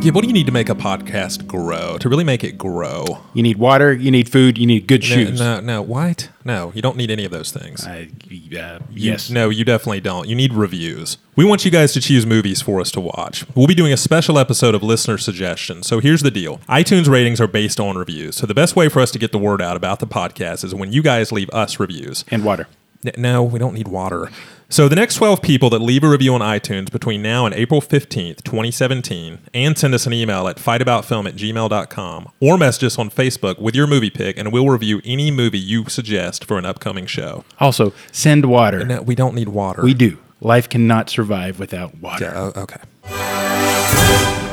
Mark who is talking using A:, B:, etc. A: yeah, what do you need to make a podcast grow? To really make it grow?
B: You need water, you need food, you need good
A: No,
B: shoes.
A: No, no, what? No, you don't need any of those things.
B: I- uh,
A: You-
B: yes.
A: No, you definitely don't. You need reviews. We want you guys to choose movies for us to watch. We'll be doing a special episode of listener suggestions. So here's the deal iTunes ratings are based on reviews. So the best way for us to get the word out about the podcast is when you guys leave us reviews.
B: And water.
A: N- No, we don't need water. So the next 12 people that leave a review on iTunes between now and April 15th, 2017, and send us an email at fightaboutfilm at gmail.com or message us on Facebook with your movie pick, and we'll review any movie you suggest for an upcoming show.
B: Also, send water.
A: No, we don't need water. Oh,
B: We do. Life cannot survive without water.
A: Yeah, o- okay.